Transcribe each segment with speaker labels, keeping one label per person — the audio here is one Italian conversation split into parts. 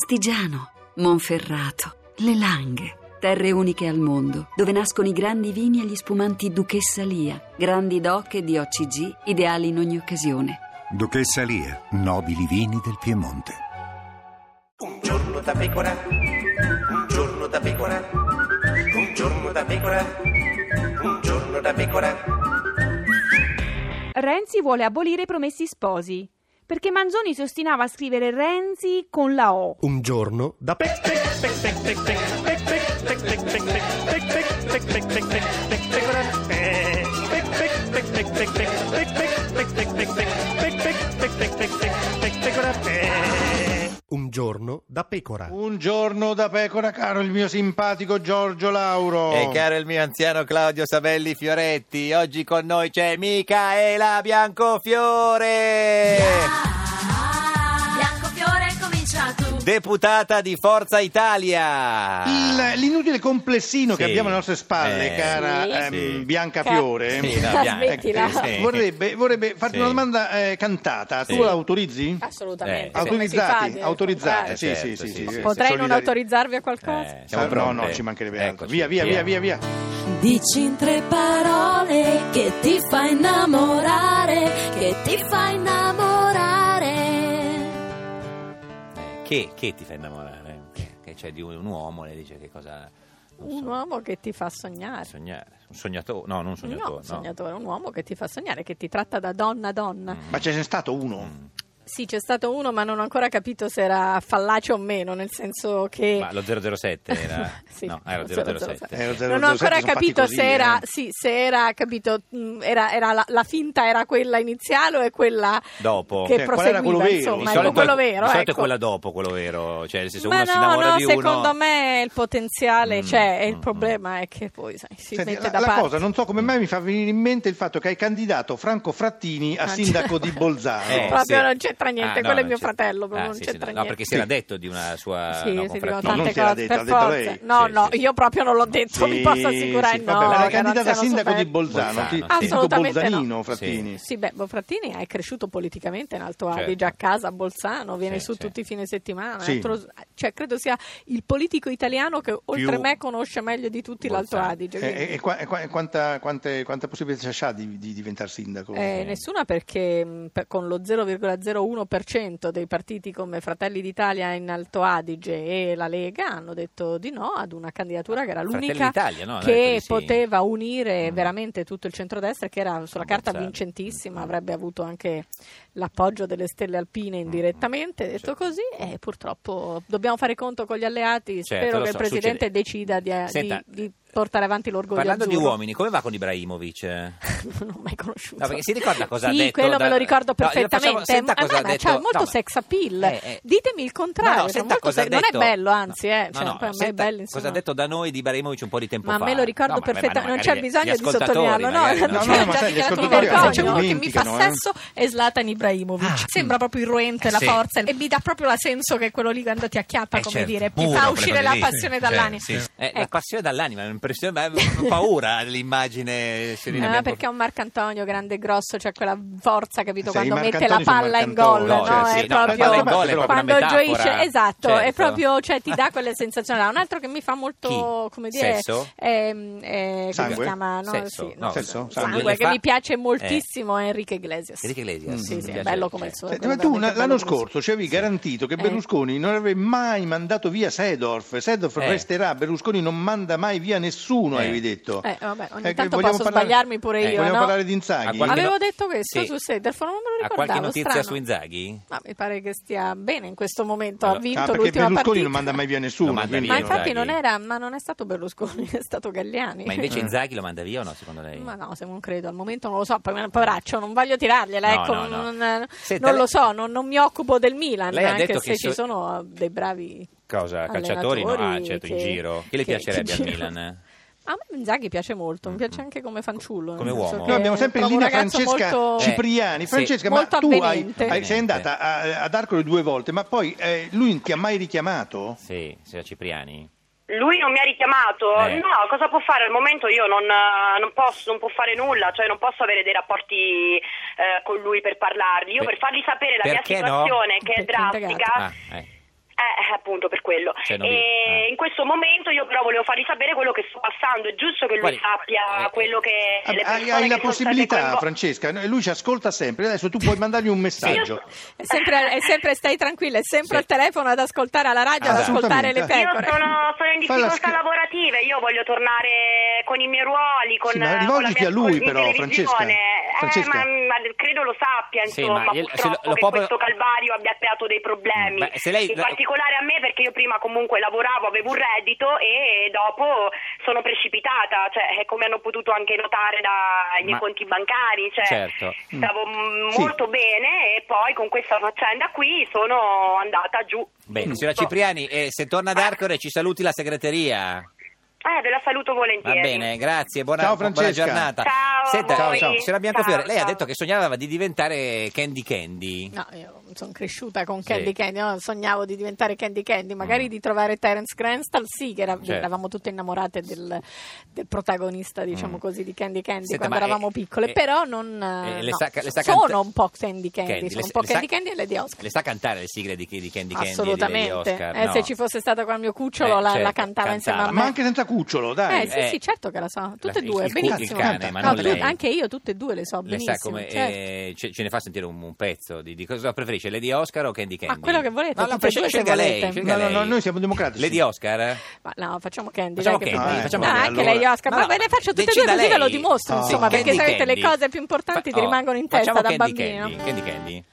Speaker 1: Astigiano, Monferrato, Le Langhe. Terre uniche al mondo, dove nascono i grandi vini e gli spumanti Duchessa Lia, grandi doc e di OCG, ideali in ogni occasione.
Speaker 2: Duchessa Lia, nobili vini del Piemonte.
Speaker 3: Un giorno da pecora, un giorno da pecora, un giorno da pecora, un giorno da pecora.
Speaker 4: Renzi vuole abolire i promessi sposi. Perché Manzoni si ostinava a scrivere Renzi con la O.
Speaker 5: Un giorno da pe- Un giorno da pecora.
Speaker 6: Un giorno da pecora, caro il mio simpatico Giorgio Lauro.
Speaker 7: E caro il mio anziano Claudio Sabelli Fioretti, oggi con noi c'è Micaela Biancofiore,
Speaker 8: Biancofiore comincia tu.
Speaker 7: deputata di Forza Italia.
Speaker 6: Il- l'inutile complessino che
Speaker 7: Sì.
Speaker 6: abbiamo alle nostre spalle,
Speaker 7: Eh,
Speaker 6: cara
Speaker 7: sì.
Speaker 6: ehm,
Speaker 7: Sì.
Speaker 6: Biancafiore,
Speaker 7: Sì, la
Speaker 8: La
Speaker 7: Bianca,
Speaker 8: smettila.
Speaker 7: sì, sì.
Speaker 6: vorrebbe, vorrebbe farti
Speaker 7: Sì.
Speaker 6: una domanda eh, cantata.
Speaker 7: Sì.
Speaker 6: Tu la autorizzi?
Speaker 8: Ah, Assolutamente.
Speaker 7: Eh,
Speaker 8: come si
Speaker 6: Autorizzati,
Speaker 8: fa?
Speaker 6: autorizzati.
Speaker 7: Eh,
Speaker 6: sì,
Speaker 7: certo,
Speaker 6: sì, sì,
Speaker 7: sì,
Speaker 6: sì,
Speaker 7: sì.
Speaker 6: sì.
Speaker 8: Potrei non
Speaker 6: Solidari-
Speaker 8: autorizzarvi a qualcosa?
Speaker 7: Eh, siamo
Speaker 6: Ah, No, no,
Speaker 7: pronte?
Speaker 6: ci mancherebbe altro.
Speaker 7: Eccoci,
Speaker 6: Via, via, via, via, via.
Speaker 9: Dici in tre parole che ti fa innamorare, che ti fa innamorare.
Speaker 7: Che, che ti fa innamorare? Che c'è di un, un uomo, le dice che cosa... non
Speaker 8: Un
Speaker 7: so,
Speaker 8: uomo che ti fa sognare.
Speaker 7: Sognare. Un sognatore? No, non un sognatore.
Speaker 8: no, sognatore, un uomo che ti fa sognare, che ti tratta da donna a donna.
Speaker 7: Mm.
Speaker 6: Ma ce n'è stato uno.
Speaker 8: Sì, c'è stato uno, ma non ho ancora capito se era fallace o meno, nel senso che
Speaker 7: Ma lo 007 era...
Speaker 8: Sì,
Speaker 7: no, era
Speaker 8: lo
Speaker 7: 007.
Speaker 6: Eh, lo 007
Speaker 8: non ho ancora
Speaker 6: sono fatti
Speaker 8: capito
Speaker 6: così,
Speaker 8: se era,
Speaker 6: eh.
Speaker 8: sì, se era capito, mh, era, era la, la finta era quella iniziale o è quella
Speaker 7: Dopo.
Speaker 8: che
Speaker 6: Cioè, qual era
Speaker 8: proseguiva,
Speaker 6: quello vero?
Speaker 7: Boh. Di
Speaker 8: insomma,
Speaker 6: solito
Speaker 8: ecco quello
Speaker 7: è-
Speaker 8: vero.
Speaker 7: Di solito
Speaker 8: ecco.
Speaker 7: è quella dopo, quello vero. Cioè, se
Speaker 8: Ma
Speaker 7: uno si
Speaker 8: no,
Speaker 7: innamora
Speaker 8: no,
Speaker 7: di uno...
Speaker 8: secondo me il potenziale
Speaker 7: Mm,
Speaker 8: c'è, e il
Speaker 7: mm,
Speaker 8: problema è che poi sai, si
Speaker 6: Senti,
Speaker 8: mette
Speaker 6: la,
Speaker 8: da
Speaker 6: la
Speaker 8: parte.
Speaker 6: cosa non so come mai mi fa venire in mente il fatto che hai candidato Franco Frattini a
Speaker 8: Ah,
Speaker 6: sindaco
Speaker 8: cioè.
Speaker 6: di Bolzano.
Speaker 8: Eh, proprio non c'entra niente, quello è
Speaker 7: Ah, non
Speaker 8: mio
Speaker 7: c'entra.
Speaker 8: fratello, proprio
Speaker 7: Ah,
Speaker 8: non
Speaker 7: sì, sì,
Speaker 8: c'entra
Speaker 7: no,
Speaker 8: niente.
Speaker 7: No, perché si era detto di una sua...
Speaker 8: Sì,
Speaker 7: no,
Speaker 8: si
Speaker 7: con
Speaker 8: dicono
Speaker 7: Frattini.
Speaker 6: non
Speaker 8: tante
Speaker 6: te l'ha
Speaker 8: cose
Speaker 6: detto,
Speaker 8: per
Speaker 6: ha detto
Speaker 8: forza.
Speaker 6: lei.
Speaker 8: No,
Speaker 7: Sì,
Speaker 8: no,
Speaker 7: sì.
Speaker 8: io proprio non l'ho detto,
Speaker 6: Sì,
Speaker 8: vi posso assicurare
Speaker 6: sì,
Speaker 8: no.
Speaker 6: vabbè, ma l'hai
Speaker 8: che non
Speaker 6: candidata a
Speaker 8: siano
Speaker 6: sindaco di
Speaker 8: superbi.
Speaker 6: Bolzano, ti,
Speaker 7: Bolzano,
Speaker 6: ti dico
Speaker 8: Assolutamente
Speaker 6: Bolzanino,
Speaker 8: no.
Speaker 6: Frattini.
Speaker 8: Sì, beh, Bo Frattini è cresciuto politicamente in Alto
Speaker 7: Certo.
Speaker 8: Adige, a casa, a Bolzano, viene
Speaker 7: Sì,
Speaker 8: su
Speaker 7: sì.
Speaker 8: tutti i fine settimana.
Speaker 6: Sì.
Speaker 8: è altro- cioè, credo sia il politico italiano che oltre
Speaker 7: Più
Speaker 8: me conosce meglio di tutti l'Alto
Speaker 7: Bolzano. Eh,
Speaker 8: Adige.
Speaker 6: E,
Speaker 8: quindi-
Speaker 6: e- e qua- e qua- e quanta, quante, quanta possibilità c'ha di, di diventare sindaco?
Speaker 8: Eh, nessuna perché mh, per- con lo 0,01% dei partiti come Fratelli d'Italia in Alto Adige e la Lega hanno detto di no ad una candidatura che era
Speaker 7: Fratelli
Speaker 8: l'unica
Speaker 7: d'Italia, no? Ha detto
Speaker 8: che
Speaker 7: di sì.
Speaker 8: poteva unire
Speaker 7: Mm.
Speaker 8: veramente tutto il centrodestra che era sulla carta
Speaker 7: Ammazzate.
Speaker 8: vincentissima,
Speaker 7: Mm.
Speaker 8: avrebbe avuto anche l'appoggio delle stelle alpine indirettamente, detto
Speaker 7: Certo.
Speaker 8: così e purtroppo dobbiamo fare conto con gli alleati,
Speaker 7: Certo,
Speaker 8: spero
Speaker 7: lo
Speaker 8: che
Speaker 7: so,
Speaker 8: il Presidente
Speaker 7: succede.
Speaker 8: decida di, di-
Speaker 7: Senta,
Speaker 8: di portare avanti l'orgoglio
Speaker 7: Parlando di
Speaker 8: azzurro.
Speaker 7: uomini, come va con Ibrahimovic? No,
Speaker 8: non l'ho mai conosciuto.
Speaker 7: perché si ricorda cosa
Speaker 8: sì,
Speaker 7: ha detto?
Speaker 8: quello me
Speaker 7: da-
Speaker 8: lo ricordo
Speaker 7: No, glielo facciamo-
Speaker 8: perfettamente. Eh,
Speaker 7: senta
Speaker 8: Ma-
Speaker 7: cosa
Speaker 8: ma-
Speaker 7: ha
Speaker 8: ma
Speaker 7: detto-
Speaker 8: c'ha molto
Speaker 7: no, ma-
Speaker 8: sex appeal.
Speaker 7: Eh, eh.
Speaker 8: Ditemi il contrario.
Speaker 7: No, no,
Speaker 8: sono
Speaker 7: senta
Speaker 8: molto
Speaker 7: cosa ha
Speaker 8: sex- non è
Speaker 7: detto-
Speaker 8: bello, anzi, eh,
Speaker 7: No,
Speaker 8: cioè,
Speaker 7: no,
Speaker 8: poi a me è
Speaker 7: senta
Speaker 8: bello.
Speaker 7: cosa
Speaker 8: insomma.
Speaker 7: ha detto da noi di Ibrahimovic un po' di tempo
Speaker 8: Ma
Speaker 7: fa.
Speaker 8: me lo ricordo
Speaker 7: No, ma- ma-
Speaker 8: perfettamente,
Speaker 7: ma
Speaker 8: non c'è
Speaker 7: magari
Speaker 8: bisogno
Speaker 7: gli
Speaker 8: di
Speaker 7: ascoltatori
Speaker 8: sottolinearlo, no?
Speaker 7: magari,
Speaker 8: Non
Speaker 6: no,
Speaker 8: c'è
Speaker 6: ma sai, gli
Speaker 8: già di
Speaker 6: ascoltatori
Speaker 8: vergogna.
Speaker 6: si
Speaker 8: Quello che mi fa
Speaker 6: dimenticano, eh.
Speaker 8: sesso è Zlatan Ibrahimovic. Sembra proprio irruente la
Speaker 7: Ah. Eh, Sì.
Speaker 8: forza e mi dà proprio la senso che quello lì quando ti acchiappa,
Speaker 7: Eh,
Speaker 8: come
Speaker 7: certo,
Speaker 8: dire,
Speaker 7: puro,
Speaker 8: ti fa
Speaker 7: quelle
Speaker 8: uscire
Speaker 7: cose
Speaker 8: la
Speaker 7: lì. Cioè,
Speaker 8: passione dall'anima.
Speaker 7: sì. Eh, La
Speaker 8: Ecco.
Speaker 7: passione dall'anima, è impressione, ma ho paura l'immagine Serena
Speaker 8: Ah,
Speaker 7: Bianco-
Speaker 8: perché è un Marcantonio grande e grosso, c'è quella forza, capito,
Speaker 6: Sì,
Speaker 8: quando
Speaker 6: i
Speaker 8: mette la
Speaker 6: Marcantonio sono
Speaker 8: palla in gol,
Speaker 6: Marcantonio,
Speaker 8: no?
Speaker 7: cioè,
Speaker 8: è
Speaker 7: sì, no, la
Speaker 8: proprio
Speaker 7: palla in gol è proprio
Speaker 8: quando
Speaker 7: una metafora,
Speaker 8: gioisce, esatto, è
Speaker 7: certo.
Speaker 8: proprio, cioè ti dà quelle sensazioni. là. Un altro che mi fa molto,
Speaker 7: Chi?
Speaker 8: come dire,
Speaker 7: Sesso?
Speaker 8: ehm, eh, come si
Speaker 6: Sangue?
Speaker 8: chiama? No,
Speaker 7: Sesso?
Speaker 8: sì,
Speaker 7: No,
Speaker 6: Sesso?
Speaker 8: sangue,
Speaker 7: Sangue.
Speaker 8: che
Speaker 7: Fa- Eh.
Speaker 8: mi piace moltissimo, è Enrique Iglesias.
Speaker 7: Enrique Iglesias.
Speaker 8: Sì,
Speaker 7: mi
Speaker 8: sì, è
Speaker 7: piace.
Speaker 8: bello come
Speaker 7: Eh,
Speaker 8: il suo.
Speaker 6: Senti,
Speaker 8: quello
Speaker 6: ma tu
Speaker 8: veramente
Speaker 6: na-
Speaker 8: bello
Speaker 6: l'anno
Speaker 8: come il suo.
Speaker 6: scorso ci avevi garantito che
Speaker 8: Eh.
Speaker 6: Berlusconi non avrebbe mai mandato via Sedorf. Sedorf
Speaker 7: Eh.
Speaker 6: resterà, Berlusconi non manda mai via nessuno,
Speaker 7: Eh.
Speaker 6: avevi detto.
Speaker 8: Eh, vabbè, ogni
Speaker 6: che
Speaker 8: tanto
Speaker 6: vogliamo Eh,
Speaker 8: posso sbagliarmi pure io,
Speaker 6: Vogliamo
Speaker 8: no?
Speaker 6: parlare di
Speaker 7: Ha
Speaker 6: Inzaghi?
Speaker 7: qualche
Speaker 8: Avevo
Speaker 7: no-
Speaker 8: detto questo su Sederfo, non me lo
Speaker 7: Ha qualche
Speaker 8: ricordavo,
Speaker 7: notizia
Speaker 8: strano.
Speaker 7: su Inzaghi?
Speaker 8: Ma mi pare che stia bene in questo momento, ha
Speaker 7: Allora-
Speaker 8: vinto
Speaker 6: Ah, perché
Speaker 8: l'ultima
Speaker 6: Berlusconi
Speaker 8: partita.
Speaker 6: non manda mai via nessuno.
Speaker 7: Non manda
Speaker 6: quindi-
Speaker 8: Ma
Speaker 7: via,
Speaker 8: infatti
Speaker 7: Draghi.
Speaker 8: non era, ma non è stato Berlusconi, è stato Galliani.
Speaker 7: Ma invece Inzaghi lo manda via o no, secondo lei?
Speaker 8: Ma no, se non credo, al momento non lo so, poi poveraccio, non voglio tirargliela,
Speaker 7: No,
Speaker 8: ecco,
Speaker 7: no, no.
Speaker 8: Non,
Speaker 7: Senta,
Speaker 8: non
Speaker 7: lei-
Speaker 8: lo so, non, non mi occupo del Milan,
Speaker 7: Lei ha
Speaker 8: anche
Speaker 7: detto
Speaker 8: se
Speaker 7: che
Speaker 8: ci
Speaker 7: so-
Speaker 8: sono dei bravi
Speaker 7: Cosa?
Speaker 8: Allenatori
Speaker 7: Calciatori? No, ah, certo, in
Speaker 8: che-
Speaker 7: giro. Che le
Speaker 8: che-
Speaker 7: piacerebbe
Speaker 8: che
Speaker 7: al
Speaker 8: giro.
Speaker 7: Milan? eh?
Speaker 8: A me Inzaghi piace molto, mi piace anche come fanciullo. nel
Speaker 7: Come
Speaker 8: senso
Speaker 7: uomo.
Speaker 8: che
Speaker 6: Noi abbiamo
Speaker 8: è
Speaker 6: sempre in
Speaker 8: proprio
Speaker 6: linea
Speaker 8: un ragazzo
Speaker 6: Francesca
Speaker 8: molto-
Speaker 6: Cipriani.
Speaker 7: Sì.
Speaker 6: Francesca,
Speaker 8: Molto
Speaker 6: ma tu hai,
Speaker 8: avvenente.
Speaker 6: hai- sei andata a- ad Arcole due volte, ma poi eh, lui non ti ha mai richiamato?
Speaker 7: Sì, signor Cipriani.
Speaker 10: Lui non mi ha richiamato?
Speaker 7: Eh.
Speaker 10: No, cosa può fare? Al momento io non, eh, non posso, non può fare nulla, cioè non posso avere dei rapporti eh, con lui per parlarli. Io per
Speaker 7: Per-
Speaker 10: fargli sapere la mia
Speaker 7: perché no?
Speaker 10: situazione, che è
Speaker 8: Perché è indagato.
Speaker 10: drastica,
Speaker 7: Ah, eh.
Speaker 10: eh, appunto per quello.
Speaker 7: Cioè, non
Speaker 10: e
Speaker 7: vi- ah.
Speaker 10: in questo momento io però volevo fargli sapere quello che sto passando, è giusto che lui
Speaker 7: Guardi,
Speaker 10: sappia
Speaker 7: eh,
Speaker 10: quello che
Speaker 6: Ah,
Speaker 10: le
Speaker 6: Hai,
Speaker 10: persone
Speaker 6: hai
Speaker 10: che
Speaker 6: la
Speaker 10: sono state
Speaker 6: possibilità,
Speaker 10: coinvol-
Speaker 6: Francesca, no, lui ci ascolta sempre. Adesso tu puoi mandargli un messaggio.
Speaker 8: È sempre, è sempre- stai tranquilla, è sempre
Speaker 7: Sì.
Speaker 8: al telefono ad ascoltare alla radio, ad ascoltare
Speaker 6: Assolutamente.
Speaker 10: Io
Speaker 8: le pecore.
Speaker 10: sono, sono in
Speaker 6: Ecco, Fai la
Speaker 10: difficoltà
Speaker 6: schi-
Speaker 10: lavorative, io voglio tornare con i miei ruoli, con,
Speaker 6: Sì,
Speaker 10: con
Speaker 6: ma
Speaker 10: la
Speaker 6: rivolgiti
Speaker 10: mia
Speaker 6: a lui
Speaker 10: in
Speaker 6: però,
Speaker 10: televisione.
Speaker 6: Francesca.
Speaker 10: Eh,
Speaker 6: Francesca.
Speaker 10: ma, ma credo lo sappia,
Speaker 7: Sì,
Speaker 10: insomma,
Speaker 7: ma gliel- se
Speaker 10: purtroppo
Speaker 7: lo- lo
Speaker 10: che
Speaker 7: può-
Speaker 10: questo calvario abbia creato dei problemi.
Speaker 7: Beh, se lei-
Speaker 10: In particolare a me perché io prima comunque lavoravo, avevo un reddito e dopo sono precipitata, cioè, eh, come hanno potuto anche notare dai miei
Speaker 7: Ma-
Speaker 10: conti bancari, cioè,
Speaker 7: Certo.
Speaker 10: stavo mm,
Speaker 6: Sì.
Speaker 10: molto bene e poi con questa faccenda qui sono andata giù.
Speaker 7: Bene, signora
Speaker 8: Ecco.
Speaker 7: Cipriani, eh, se torna
Speaker 8: Ah.
Speaker 7: ad Arcore ci saluti la segreteria.
Speaker 10: Eh, ve la saluto
Speaker 7: Va
Speaker 10: volentieri.
Speaker 7: bene, grazie, buona,
Speaker 6: Ciao,
Speaker 7: buona
Speaker 6: Francesca.
Speaker 7: giornata.
Speaker 10: Ciao a
Speaker 7: Senta,
Speaker 6: voi.
Speaker 7: ciao, ciao. signora Biancofiore,
Speaker 10: Ciao,
Speaker 7: lei ha
Speaker 10: ciao.
Speaker 7: detto che sognava di diventare Candy Candy.
Speaker 8: No, io sono cresciuta con
Speaker 7: Sì. Mm.
Speaker 8: Candy Candy, no? sognavo di diventare Candy Candy, magari di trovare Terence Cranstall, sì, che era-
Speaker 7: Certo.
Speaker 8: eravamo tutte innamorate del, del protagonista, diciamo
Speaker 7: Mm.
Speaker 8: così, di Candy Candy
Speaker 7: Senta,
Speaker 8: quando
Speaker 7: ma,
Speaker 8: eravamo
Speaker 7: eh,
Speaker 8: piccole,
Speaker 7: eh,
Speaker 8: però non... eh,
Speaker 7: eh, le
Speaker 8: no,
Speaker 7: sa- le sa
Speaker 8: sono
Speaker 7: canta-
Speaker 8: un po' Candy Candy,
Speaker 7: Candy,
Speaker 8: sono
Speaker 7: le-
Speaker 8: un po'
Speaker 7: le sa-
Speaker 8: Candy Candy e Lady Oscar.
Speaker 7: Le sa cantare le sigle di, di Candy Candy? e di Lady
Speaker 8: Assolutamente,
Speaker 7: Oscar?
Speaker 8: Eh,
Speaker 7: No.
Speaker 8: se ci fosse stato qua il mio cucciolo
Speaker 7: Eh,
Speaker 8: la, la
Speaker 7: certo,
Speaker 8: cantava insieme a
Speaker 7: cantava.
Speaker 8: me.
Speaker 6: Ma anche senza cucciolo, dai.
Speaker 8: Eh sì,
Speaker 7: Eh,
Speaker 8: sì, certo che la so, tutte e
Speaker 7: il-
Speaker 8: due,
Speaker 7: il cu- il
Speaker 8: benissimo.
Speaker 7: cane, ma
Speaker 8: No,
Speaker 7: non
Speaker 8: tu-
Speaker 7: lei.
Speaker 8: Anche io tutte e due le
Speaker 7: Le
Speaker 8: so benissimo.
Speaker 7: sa come
Speaker 8: certo.
Speaker 7: eh, ce, ce ne fa sentire un, un pezzo di, di cosa preferisce, Lady Oscar o Candy Candy?
Speaker 8: Ma quello che volete,
Speaker 7: No, no,
Speaker 8: tutte e
Speaker 7: sce-
Speaker 8: due se
Speaker 7: scelga lei,
Speaker 8: volete.
Speaker 7: scelga
Speaker 6: No, no, no,
Speaker 7: lei.
Speaker 6: noi siamo democratici.
Speaker 7: Lady Oscar?
Speaker 8: Ma no, facciamo Candy.
Speaker 7: Facciamo
Speaker 8: dai, che
Speaker 7: Candy,
Speaker 8: poi-
Speaker 7: facciamo
Speaker 8: no,
Speaker 7: Candy,
Speaker 8: anche
Speaker 7: allora.
Speaker 8: lei Oscar,
Speaker 7: No,
Speaker 8: ma
Speaker 7: no,
Speaker 8: ve le faccio tutte e
Speaker 7: decida
Speaker 8: due così ve lo
Speaker 7: lei.
Speaker 8: dimostro,
Speaker 6: Oh.
Speaker 8: insomma, perché
Speaker 7: Candy
Speaker 8: sapete le
Speaker 7: Candy.
Speaker 8: cose più importanti
Speaker 7: Fa-
Speaker 8: ti
Speaker 7: oh,
Speaker 8: rimangono in testa
Speaker 7: facciamo
Speaker 8: da
Speaker 7: Candy
Speaker 8: bambino.
Speaker 7: Candy, Candy Candy.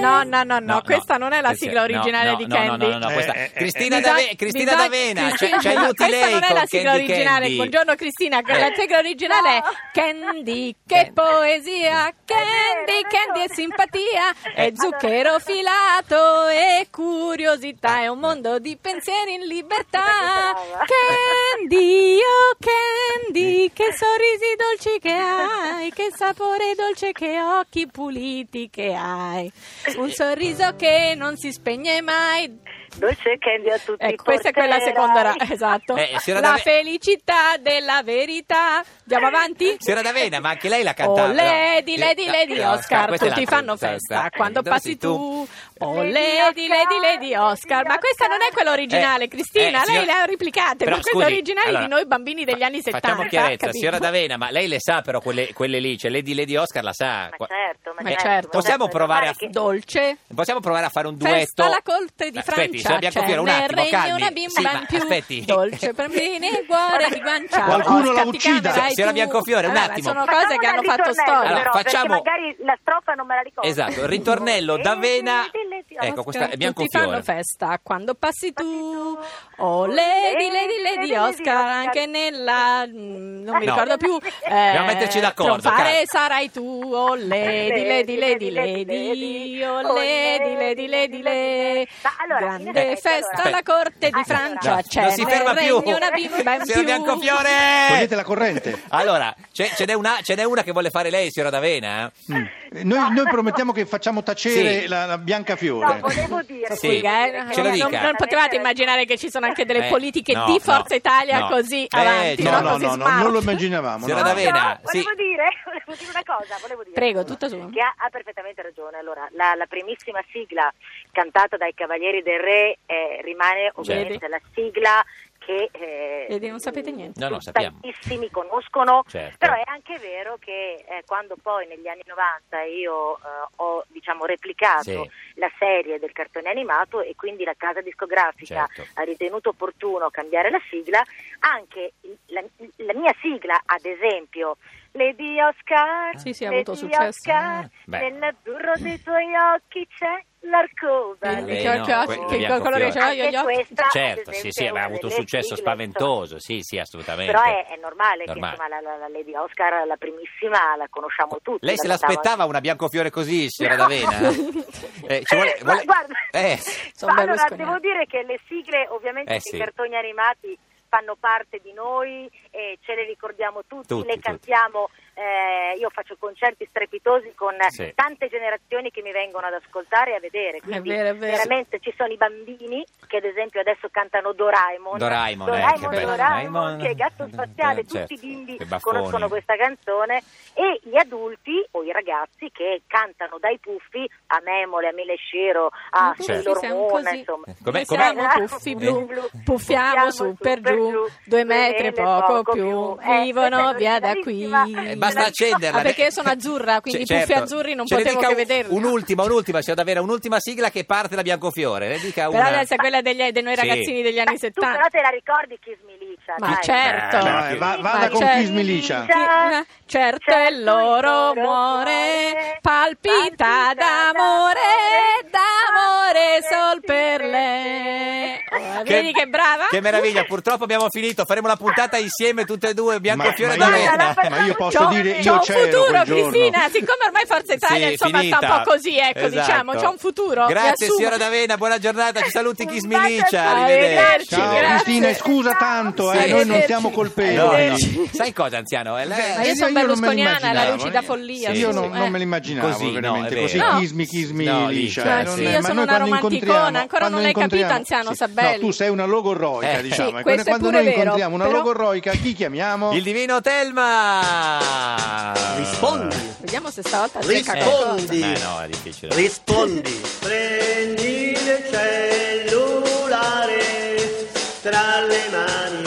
Speaker 8: No, no, no, no, questa non è la
Speaker 7: questa-
Speaker 8: sigla
Speaker 7: no,
Speaker 8: originale
Speaker 7: no,
Speaker 8: di
Speaker 7: no,
Speaker 8: Candy.
Speaker 7: No, no, no,
Speaker 6: Eh,
Speaker 7: questa-
Speaker 6: eh, eh,
Speaker 7: Cristina,
Speaker 8: Bisog-
Speaker 7: D'Ave- Cristina
Speaker 8: bisog-
Speaker 7: D'Avena, ci,
Speaker 8: Cristina-
Speaker 7: ci aiuti
Speaker 8: Questa
Speaker 7: lei
Speaker 8: non è
Speaker 7: con
Speaker 8: la sigla
Speaker 7: Candy
Speaker 8: originale.
Speaker 7: Candy.
Speaker 8: Buongiorno Cristina,
Speaker 7: Eh. Ah.
Speaker 8: la sigla originale è Candy, che poesia, Candy, Candy e simpatia, e
Speaker 7: Eh.
Speaker 8: zucchero filato e curiosità, è
Speaker 7: Eh.
Speaker 8: un mondo di pensieri in libertà. Candy, oh Candy, che sorrisi dolci che hai, che sapore dolce, che occhi puliti che hai. Un sorriso che non si spegne mai,
Speaker 11: Dolce Candy a tutti
Speaker 8: Ecco, questa è quella seconda, ra- esatto.
Speaker 7: Eh, signora
Speaker 8: la
Speaker 7: Dave-
Speaker 8: felicità della verità. Andiamo avanti.
Speaker 7: Signora D'Avena, ma anche lei la cantava.
Speaker 8: Oh Lady,
Speaker 7: no.
Speaker 8: Lady,
Speaker 7: No,
Speaker 8: Lady
Speaker 7: no,
Speaker 8: Oscar,
Speaker 7: questa è
Speaker 8: tutti
Speaker 7: l'altra,
Speaker 8: fanno
Speaker 7: questa,
Speaker 8: festa
Speaker 7: questa.
Speaker 8: quando
Speaker 7: Dove
Speaker 8: passi
Speaker 7: sei
Speaker 8: tu. Oh Lady, Lady, Lady Oscar, ma questa non è quella originale,
Speaker 7: Eh,
Speaker 8: Cristina,
Speaker 7: eh,
Speaker 8: lei
Speaker 7: signor-
Speaker 8: la replicate,
Speaker 7: Però,
Speaker 8: ma questa è
Speaker 7: scusi,
Speaker 8: originale
Speaker 7: allora,
Speaker 8: di noi bambini degli
Speaker 7: fa-
Speaker 8: anni 70.
Speaker 7: Facciamo chiarezza,
Speaker 8: capito?
Speaker 7: signora D'Avena, ma lei le sa però quelle, quelle lì, cioè Lady Lady Oscar la sa.
Speaker 11: Ma certo, ma
Speaker 8: Ma
Speaker 7: Eh,
Speaker 8: certo.
Speaker 7: Possiamo
Speaker 11: certo,
Speaker 7: provare a
Speaker 11: guarda che-
Speaker 8: Dolce.
Speaker 7: Possiamo provare a fare un duetto. Eh,
Speaker 8: Festa alla corte di
Speaker 7: Aspetti,
Speaker 8: Francia.
Speaker 7: signora Biancofiore,
Speaker 8: c'è
Speaker 7: un
Speaker 8: nel
Speaker 7: attimo,
Speaker 8: regno
Speaker 7: calmi.
Speaker 8: una bimba
Speaker 7: Sì, ma
Speaker 8: in più.
Speaker 7: aspetti.
Speaker 8: Dolce bambini, cuore di guanciale.
Speaker 6: Qualcuno la
Speaker 8: Scatti
Speaker 6: uccida.
Speaker 8: camera, vai
Speaker 7: Signora
Speaker 8: tu.
Speaker 7: Biancofiore, un
Speaker 8: Vabbè, ma
Speaker 7: attimo.
Speaker 8: Sono cose che hanno fatto storia.
Speaker 7: Allora,
Speaker 11: però, perché
Speaker 7: facciamo-
Speaker 11: magari la strofa non me la ricordo.
Speaker 7: Esatto, il ritornello d'Avena.
Speaker 11: Lady, Lady Oscar.
Speaker 7: Ecco, questa è
Speaker 8: Tutti fanno
Speaker 7: Biancofiore.
Speaker 8: festa quando passi tu. Oh, Lady, Lady, Lady Oscar, anche nella. mm, Non mi
Speaker 7: No.
Speaker 8: ricordo più.
Speaker 7: Dobbiamo metterci d'accordo,
Speaker 8: Fare
Speaker 7: calma.
Speaker 8: sarai tu. Oh, Lady, Lady, Lady, Lady. Oh, Lady, Lady, Lady, Lady.
Speaker 11: Ma allora, in
Speaker 8: Grande
Speaker 11: effetti,
Speaker 8: festa
Speaker 11: allora-
Speaker 8: alla corte di
Speaker 11: Ah, Allora.
Speaker 8: Francia.
Speaker 7: ah, No,
Speaker 8: C'è
Speaker 7: non si
Speaker 8: nel
Speaker 7: ferma più.
Speaker 8: regno una bimba
Speaker 7: Signora
Speaker 8: in più.
Speaker 7: Biancofiore!
Speaker 6: Togliete la corrente.
Speaker 7: Allora, ce, ce n'è una, ce n'è una che vuole fare lei, signora D'Avena?
Speaker 6: Mm. Eh, Noi, noi promettiamo che facciamo tacere
Speaker 7: Sì.
Speaker 6: la, la
Speaker 11: No,
Speaker 6: Biancafiore.
Speaker 11: volevo dire.
Speaker 7: Sì.
Speaker 8: Scusa, eh,
Speaker 7: Ce lo
Speaker 8: non-
Speaker 7: dica.
Speaker 8: Non, potevate immaginare che ci sono anche delle
Speaker 7: Eh,
Speaker 8: politiche
Speaker 7: no,
Speaker 8: di
Speaker 7: no,
Speaker 8: Forza Italia
Speaker 7: no.
Speaker 8: così
Speaker 7: Eh,
Speaker 8: avanti,
Speaker 7: no,
Speaker 8: no,
Speaker 7: no,
Speaker 8: così
Speaker 6: no,
Speaker 8: smart.
Speaker 6: non lo immaginavamo.
Speaker 7: Signora
Speaker 6: no.
Speaker 11: No,
Speaker 7: D'Avena,
Speaker 11: no, volevo
Speaker 7: sì.
Speaker 11: dire, volevo dire una cosa, volevo dire.
Speaker 8: Prego, tutta sua.
Speaker 11: Che ha, ha perfettamente ragione. Allora, la, la primissima sigla cantata dai Cavalieri del Re eh, rimane ovviamente la sigla che eh,
Speaker 8: Vedi, non sapete niente.
Speaker 7: No, no, sappiamo.
Speaker 11: tantissimi conoscono,
Speaker 7: Certo.
Speaker 11: però è anche vero che eh, quando poi negli anni 90 io eh, ho diciamo replicato
Speaker 7: Sì.
Speaker 11: la serie del cartone animato e quindi la casa discografica
Speaker 7: Certo.
Speaker 11: ha ritenuto opportuno cambiare la sigla, anche il- la, la mia sigla, ad esempio, Lady Oscar,
Speaker 8: Sì, sì, ha
Speaker 11: Lady
Speaker 8: avuto successo.
Speaker 11: Oscar,
Speaker 7: Ah, beh.
Speaker 11: nell'azzurro dei tuoi occhi c'è
Speaker 7: Eh, che-
Speaker 11: l'arcobaleno.
Speaker 7: no, che- que- che bianco colore fiore.
Speaker 8: ce l'ho io gli
Speaker 11: Anche
Speaker 8: occhi?
Speaker 11: questa, ad
Speaker 7: Certo, sì,
Speaker 11: esempio,
Speaker 7: sì,
Speaker 11: è
Speaker 7: aveva
Speaker 11: una
Speaker 7: avuto un
Speaker 11: delle
Speaker 7: successo
Speaker 11: sigle,
Speaker 7: spaventoso, sì, sì, assolutamente.
Speaker 11: Però è, è
Speaker 7: Normale.
Speaker 11: normale, che insomma, la, la- la Lady Oscar, la primissima, la conosciamo tutti.
Speaker 7: Lei se
Speaker 11: la cantava-
Speaker 7: l'aspettava una Biancofiore così, signora D'Avena? Eh, ci vuole-
Speaker 11: Ma
Speaker 7: vuole-
Speaker 11: guarda,
Speaker 7: eh,
Speaker 8: Sono
Speaker 11: ma allora
Speaker 8: Berlusconi.
Speaker 11: devo dire che le sigle ovviamente
Speaker 7: Eh,
Speaker 11: dei
Speaker 7: sì.
Speaker 11: cartoni animati fanno parte di noi e ce le ricordiamo tutti,
Speaker 7: Tutti,
Speaker 11: le
Speaker 7: tutti.
Speaker 11: cantiamo eh, io faccio concerti strepitosi con
Speaker 12: Sì.
Speaker 11: tante generazioni che mi vengono ad ascoltare e a vedere. Quindi
Speaker 12: vero, è vero.
Speaker 11: veramente ci sono i bambini che ad esempio adesso cantano Doraemon.
Speaker 7: Doraemon, eh, che
Speaker 11: Doraemon,
Speaker 7: bello.
Speaker 11: Doraemon,
Speaker 7: Doraemon.
Speaker 11: che è gatto spaziale,
Speaker 7: Eh, certo.
Speaker 11: tutti i bimbi
Speaker 7: Che baffoni.
Speaker 11: conoscono questa canzone e gli adulti o i ragazzi che cantano dai puffi a Memole, a Melescero, a
Speaker 8: Certo.
Speaker 11: Sailor
Speaker 8: Sì, siamo
Speaker 11: Moon,
Speaker 8: così.
Speaker 11: insomma.
Speaker 7: Com'è-
Speaker 8: Noi
Speaker 7: com'è?
Speaker 8: siamo puffi blu, puffiamo
Speaker 11: Puffiamo
Speaker 8: su
Speaker 11: su,
Speaker 8: per
Speaker 11: per
Speaker 8: giù,
Speaker 11: giù,
Speaker 8: due metri
Speaker 11: bene,
Speaker 8: poco
Speaker 11: poco
Speaker 8: più,
Speaker 11: più. Eh,
Speaker 8: vivono
Speaker 11: questa è
Speaker 8: via da qui.
Speaker 11: bellissima.
Speaker 7: Eh, basta accenderla.
Speaker 8: Ah, perché io sono azzurra, quindi i
Speaker 7: Ce-
Speaker 8: puffi
Speaker 7: certo.
Speaker 8: azzurri non
Speaker 7: Ce ne
Speaker 8: potevo
Speaker 7: dica
Speaker 8: che
Speaker 7: un-
Speaker 8: vederli.
Speaker 7: Un'ultima, un'ultima, c'è da avere un'ultima sigla che parte da Biancofiore. Ne dica
Speaker 8: Però
Speaker 7: una.
Speaker 8: adesso è quella degli, dei noi
Speaker 7: Sì.
Speaker 8: ragazzini degli anni
Speaker 11: Tu
Speaker 8: 70.
Speaker 11: però te la ricordi Kiss Milicia?
Speaker 8: Ma
Speaker 11: dai.
Speaker 8: certo.
Speaker 7: Eh,
Speaker 6: No, eh, va-
Speaker 8: Ma
Speaker 6: vada con
Speaker 8: certo.
Speaker 6: Kiss Milicia.
Speaker 8: Chi- ma- certo è il loro amore, palpita d'amore, d'amore sol per lei. Oh, Vedi che brava?
Speaker 7: Che meraviglia, purtroppo abbiamo finito, faremo la puntata insieme tutte e due, Biancofiore
Speaker 6: ma,
Speaker 7: da
Speaker 6: io,
Speaker 7: Verona.
Speaker 6: ma io posso
Speaker 8: C'ho-
Speaker 6: dire,
Speaker 8: c'ho
Speaker 6: io
Speaker 8: un
Speaker 6: c'ero
Speaker 8: futuro,
Speaker 6: quel giorno.
Speaker 8: Cristina. Siccome ormai Forza Italia
Speaker 7: Sì,
Speaker 8: insomma sta un
Speaker 7: finita.
Speaker 8: po' così, ecco,
Speaker 7: Esatto.
Speaker 8: diciamo, c'è un futuro. mi
Speaker 7: Grazie
Speaker 8: assumo.
Speaker 7: signora D'Avena, buona giornata, ci saluti Kiss
Speaker 11: Un bacio
Speaker 7: Milicia,
Speaker 11: a tutti.
Speaker 7: arrivederci.
Speaker 6: Ciao
Speaker 8: Grazie.
Speaker 6: Cristina, scusa tanto, eh,
Speaker 7: Sì.
Speaker 6: noi non siamo
Speaker 7: Eh, no,
Speaker 6: colpevoli.
Speaker 7: no. Sai cosa, anziano? Eh, lei-
Speaker 8: Ma io sono
Speaker 6: non me lo
Speaker 8: berlusconiana, la
Speaker 6: immaginavo,
Speaker 8: lucida
Speaker 6: eh.
Speaker 8: follia.
Speaker 7: Sì,
Speaker 6: io
Speaker 8: su,
Speaker 6: non,
Speaker 8: eh.
Speaker 6: non me l'immaginavo
Speaker 7: Così, no, è
Speaker 6: veramente
Speaker 7: vero.
Speaker 6: così
Speaker 7: No.
Speaker 6: chismi chismi
Speaker 7: No,
Speaker 6: liscia,
Speaker 7: liscia,
Speaker 6: eh,
Speaker 7: sì.
Speaker 6: non
Speaker 7: Sì,
Speaker 6: è-
Speaker 7: io
Speaker 6: ma
Speaker 8: sono
Speaker 6: noi
Speaker 8: una
Speaker 6: quando
Speaker 8: romanticona,
Speaker 6: incontriamo-
Speaker 8: ancora
Speaker 6: quando
Speaker 8: non l'hai capito,
Speaker 6: incontriamo-
Speaker 8: anziano
Speaker 6: sì.
Speaker 8: Sabelli.
Speaker 6: no, tu sei una logorroica
Speaker 7: Eh,
Speaker 8: sì,
Speaker 6: diciamo e
Speaker 8: questo
Speaker 6: quando,
Speaker 8: è
Speaker 6: quando
Speaker 8: pure
Speaker 6: noi
Speaker 8: vero,
Speaker 6: incontriamo una
Speaker 8: però-
Speaker 6: logorroica chi chiamiamo?
Speaker 7: Il divino Telma!
Speaker 13: Rispondi,
Speaker 8: Vediamo se stavolta secca qualcosa.
Speaker 13: rispondi,
Speaker 7: Eh, no, è difficile.
Speaker 13: rispondi.
Speaker 14: Prendi il cellulare tra le mani.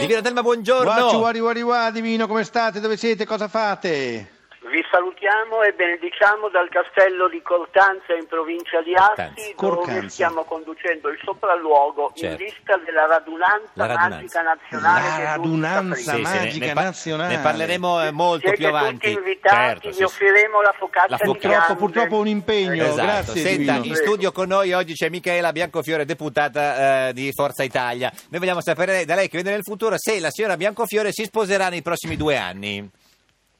Speaker 7: Divino Telma, buongiorno!
Speaker 6: Guacci, guari, guari, guà, divino, come state? Dove siete? Cosa fate?
Speaker 14: Vi salutiamo e benediciamo dal castello di Cortanza in provincia di Asti, dove
Speaker 6: Cortanza.
Speaker 14: stiamo conducendo il sopralluogo
Speaker 7: Certo.
Speaker 14: in vista della radunanza,
Speaker 7: La radunanza.
Speaker 14: magica nazionale
Speaker 6: La
Speaker 14: che
Speaker 7: Sì,
Speaker 6: radunanza
Speaker 7: sì, ne-
Speaker 6: magica
Speaker 7: ne, par-
Speaker 6: nazionale.
Speaker 7: ne parleremo eh, molto
Speaker 14: Siete
Speaker 7: più avanti. Certo,
Speaker 14: tutti invitati, vi
Speaker 7: sì, sì.
Speaker 14: offriremo la focaccia
Speaker 7: La
Speaker 14: di
Speaker 7: focaccia.
Speaker 6: Purtroppo,
Speaker 14: Piange.
Speaker 6: purtroppo un impegno,
Speaker 7: Esatto.
Speaker 6: grazie.
Speaker 7: Senta,
Speaker 6: divino.
Speaker 7: in studio con noi oggi c'è Michela Biancofiore, deputata eh, di Forza Italia. Noi vogliamo sapere da lei che vede nel futuro se la signora Biancofiore si sposerà nei prossimi due anni.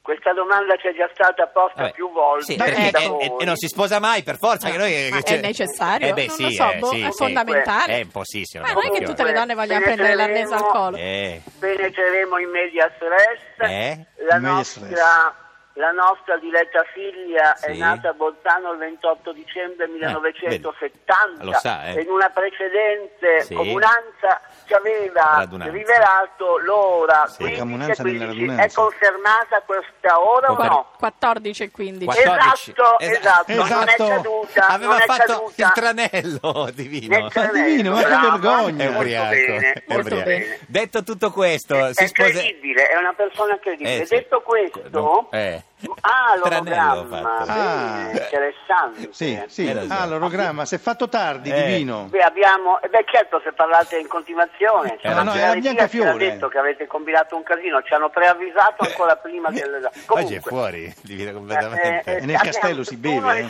Speaker 14: Questa domanda ci è già stata posta
Speaker 7: Vabbè.
Speaker 14: più volte
Speaker 7: Sì,
Speaker 14: da
Speaker 7: perché- e,
Speaker 14: voi.
Speaker 7: e- e non si sposa mai per forza. che noi-
Speaker 8: Ma
Speaker 7: cioè-
Speaker 8: è necessario?
Speaker 7: Eh beh,
Speaker 8: non
Speaker 7: sì,
Speaker 8: lo so,
Speaker 7: eh,
Speaker 8: boh,
Speaker 7: sì, sì.
Speaker 8: è fondamentale.
Speaker 7: È un po' sì, signora
Speaker 8: Ma non è che
Speaker 7: Biancofiore.
Speaker 8: tutte le donne vogliono prendere l'annese al collo.
Speaker 7: Eh,
Speaker 14: Penetreremo in media stress.
Speaker 7: eh?
Speaker 14: La
Speaker 6: In media
Speaker 14: nostra, la nostra diletta figlia è
Speaker 7: Sì.
Speaker 14: nata a Bolzano il 28 dicembre 1970.
Speaker 7: vedi. eh, Lo sa, eh.
Speaker 14: e In una precedente
Speaker 7: Sì.
Speaker 14: comunanza ci aveva
Speaker 7: Radunanza.
Speaker 14: rivelato l'ora.
Speaker 6: Sì,
Speaker 14: 15 e
Speaker 6: comunanza nella
Speaker 14: 15. È
Speaker 6: radunanza.
Speaker 14: confermata questa ora o
Speaker 7: Confer-
Speaker 14: no?
Speaker 8: 14 e 15.
Speaker 7: Quattro- 14.
Speaker 14: Esatto,
Speaker 7: Esa-
Speaker 14: esatto, non è
Speaker 6: esatto.
Speaker 14: caduta.
Speaker 7: Aveva
Speaker 14: non è
Speaker 7: fatto
Speaker 14: caduta.
Speaker 7: il tranello divino.
Speaker 14: Nel tranello,
Speaker 6: divino, ma che
Speaker 14: brava.
Speaker 6: vergogna.
Speaker 7: È
Speaker 14: Molto
Speaker 7: ubriaco.
Speaker 14: bene,
Speaker 7: è
Speaker 14: molto
Speaker 7: ubriaco.
Speaker 14: bene.
Speaker 7: Detto tutto questo, si
Speaker 14: è
Speaker 7: spose-
Speaker 14: credibile, è una persona credibile.
Speaker 7: Eh, sì.
Speaker 14: Detto questo,
Speaker 7: No, eh.
Speaker 14: ah,
Speaker 7: Tranello
Speaker 14: l'orogramma,
Speaker 7: fatto.
Speaker 14: beh,
Speaker 6: Ah.
Speaker 14: interessante.
Speaker 6: Sì, sì.
Speaker 7: Eh, lo so.
Speaker 6: Ah, l'orogramma, si è fatto tardi,
Speaker 7: Eh.
Speaker 6: divino.
Speaker 14: Beh, abbiamo, eh, beh, certo, se parlate in continuazione,
Speaker 7: Eh, no,
Speaker 14: la
Speaker 7: no,
Speaker 6: era
Speaker 14: regia ci ha
Speaker 6: Biancafiore.
Speaker 14: detto che avete combinato un casino, ci hanno preavvisato ancora prima del...
Speaker 7: Oggi
Speaker 14: Comunque,
Speaker 7: è fuori, divino
Speaker 14: eh,
Speaker 7: completamente.
Speaker 14: eh,
Speaker 6: E nel castello si
Speaker 14: abbiamo
Speaker 6: beve,
Speaker 14: il
Speaker 6: eh.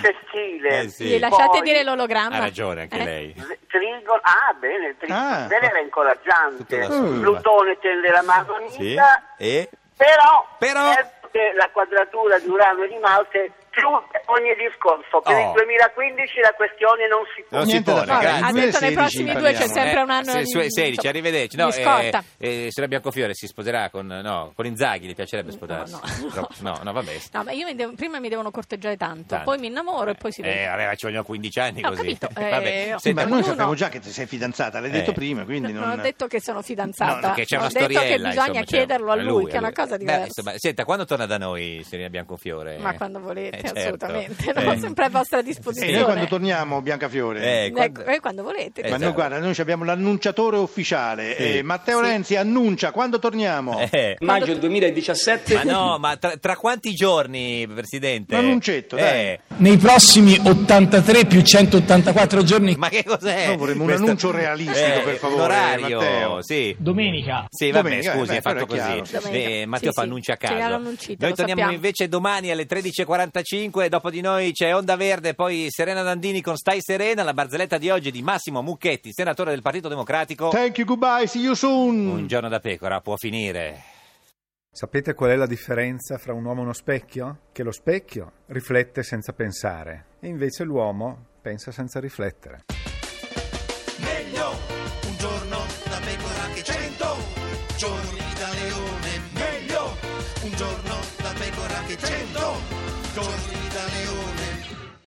Speaker 14: sestile,
Speaker 7: Eh, sì.
Speaker 8: Gli lasciate
Speaker 14: poi-
Speaker 8: dire l'ologramma.
Speaker 7: ha ragione anche
Speaker 8: Eh?
Speaker 7: lei.
Speaker 14: Trigon, ah bene, Trigon
Speaker 6: Ah.
Speaker 14: era incoraggiante.
Speaker 7: Tutto da
Speaker 6: solo.
Speaker 14: Plutone tende la mano a
Speaker 7: Sì.
Speaker 14: Nisa,
Speaker 7: E?
Speaker 14: però,
Speaker 7: Però-
Speaker 14: certo che la quadratura di Urano e di Marte chiude ogni discorso. Per
Speaker 7: Oh.
Speaker 14: il 2015 la questione non si pone.
Speaker 7: Non si
Speaker 6: Niente da
Speaker 7: pone,
Speaker 6: fare.
Speaker 7: grazie.
Speaker 8: Ha detto nei
Speaker 6: 2016
Speaker 8: prossimi due c'è
Speaker 6: parliamo,
Speaker 8: sempre
Speaker 7: Eh,
Speaker 8: un anno
Speaker 7: se-
Speaker 8: di-
Speaker 7: se- 16, arrivederci. No,
Speaker 8: di scorta.
Speaker 7: eh, eh, signora Biancofiore si sposerà con, no, con Inzaghi, le piacerebbe sposarsi.
Speaker 8: No,
Speaker 7: Troppo- no, no, vabbè.
Speaker 8: No, ma io mi devo- prima mi devono corteggiare tanto,
Speaker 7: Tanto.
Speaker 8: poi mi innamoro e poi si
Speaker 7: Eh,
Speaker 8: vede.
Speaker 7: allora ci vogliono 15 anni
Speaker 8: Ho
Speaker 7: così.
Speaker 8: capito, eh,
Speaker 7: Vabbè,
Speaker 8: ho
Speaker 6: Sì,
Speaker 7: senta,
Speaker 6: ma
Speaker 8: capito.
Speaker 6: noi
Speaker 8: Uno-
Speaker 6: sappiamo già che ti sei fidanzata, l'hai
Speaker 7: Eh.
Speaker 6: detto prima, quindi
Speaker 8: non...
Speaker 6: non...
Speaker 8: ho detto che sono fidanzata,
Speaker 7: No, no, che c'è
Speaker 8: Esatto. ho
Speaker 7: una
Speaker 8: detto che
Speaker 7: storiella,
Speaker 8: bisogna
Speaker 7: insomma, c'è-
Speaker 8: chiederlo a lui, che è
Speaker 7: a
Speaker 8: una
Speaker 7: lui.
Speaker 8: cosa
Speaker 7: Beh,
Speaker 8: diversa.
Speaker 7: insomma, senta, quando torna da noi, Serena Biancofiore?
Speaker 8: Ma quando volete,
Speaker 7: Eh, certo.
Speaker 8: assolutamente.
Speaker 7: Eh.
Speaker 8: No, sempre a vostra
Speaker 6: E
Speaker 8: disposizione.
Speaker 6: Eh, noi quando torniamo, Biancafiore?
Speaker 7: Eh,
Speaker 8: Eh,
Speaker 7: quando-
Speaker 8: eh, quando volete.
Speaker 7: Eh,
Speaker 6: Ma noi,
Speaker 7: esatto.
Speaker 6: guarda, noi abbiamo l'annunciatore ufficiale.
Speaker 7: Sì.
Speaker 6: Eh, Matteo
Speaker 8: Sì.
Speaker 6: Renzi annuncia quando torniamo.
Speaker 7: Eh.
Speaker 15: Maggio 2017.
Speaker 7: Ma no, ma tra, tra quanti giorni, Presidente? Eh.
Speaker 6: Un annuncetto, dai.
Speaker 16: Nei prossimi 83 più 184 giorni,
Speaker 7: ma che cos'è?
Speaker 6: Noi vorremmo un
Speaker 7: Questo- Eh,
Speaker 6: annuncio realistico, per favore,
Speaker 7: l'orario,
Speaker 6: Matteo.
Speaker 7: sì.
Speaker 16: domenica.
Speaker 7: Sì, vabbè,
Speaker 6: Domenica,
Speaker 7: scusi,
Speaker 6: eh,
Speaker 7: è fatto
Speaker 6: quello è
Speaker 7: così.
Speaker 8: chiaro. Domenica.
Speaker 7: Eh, Matteo
Speaker 8: Sì,
Speaker 7: fa
Speaker 8: sì.
Speaker 7: annunci a
Speaker 8: Ce
Speaker 7: caso.
Speaker 8: l'hanno annuncito,
Speaker 7: Noi
Speaker 8: lo
Speaker 7: torniamo
Speaker 8: sappiamo.
Speaker 7: invece domani alle 13.45. Dopo di noi c'è Onda Verde, poi Serena Dandini con Stai Serena. La barzelletta di oggi di Massimo Mucchetti, senatore del Partito Democratico.
Speaker 6: Thank you, goodbye, see you soon.
Speaker 7: Un giorno da pecora può finire.
Speaker 17: Sapete qual è la differenza fra un uomo e uno specchio? Che lo specchio riflette senza pensare e invece l'uomo pensa senza riflettere.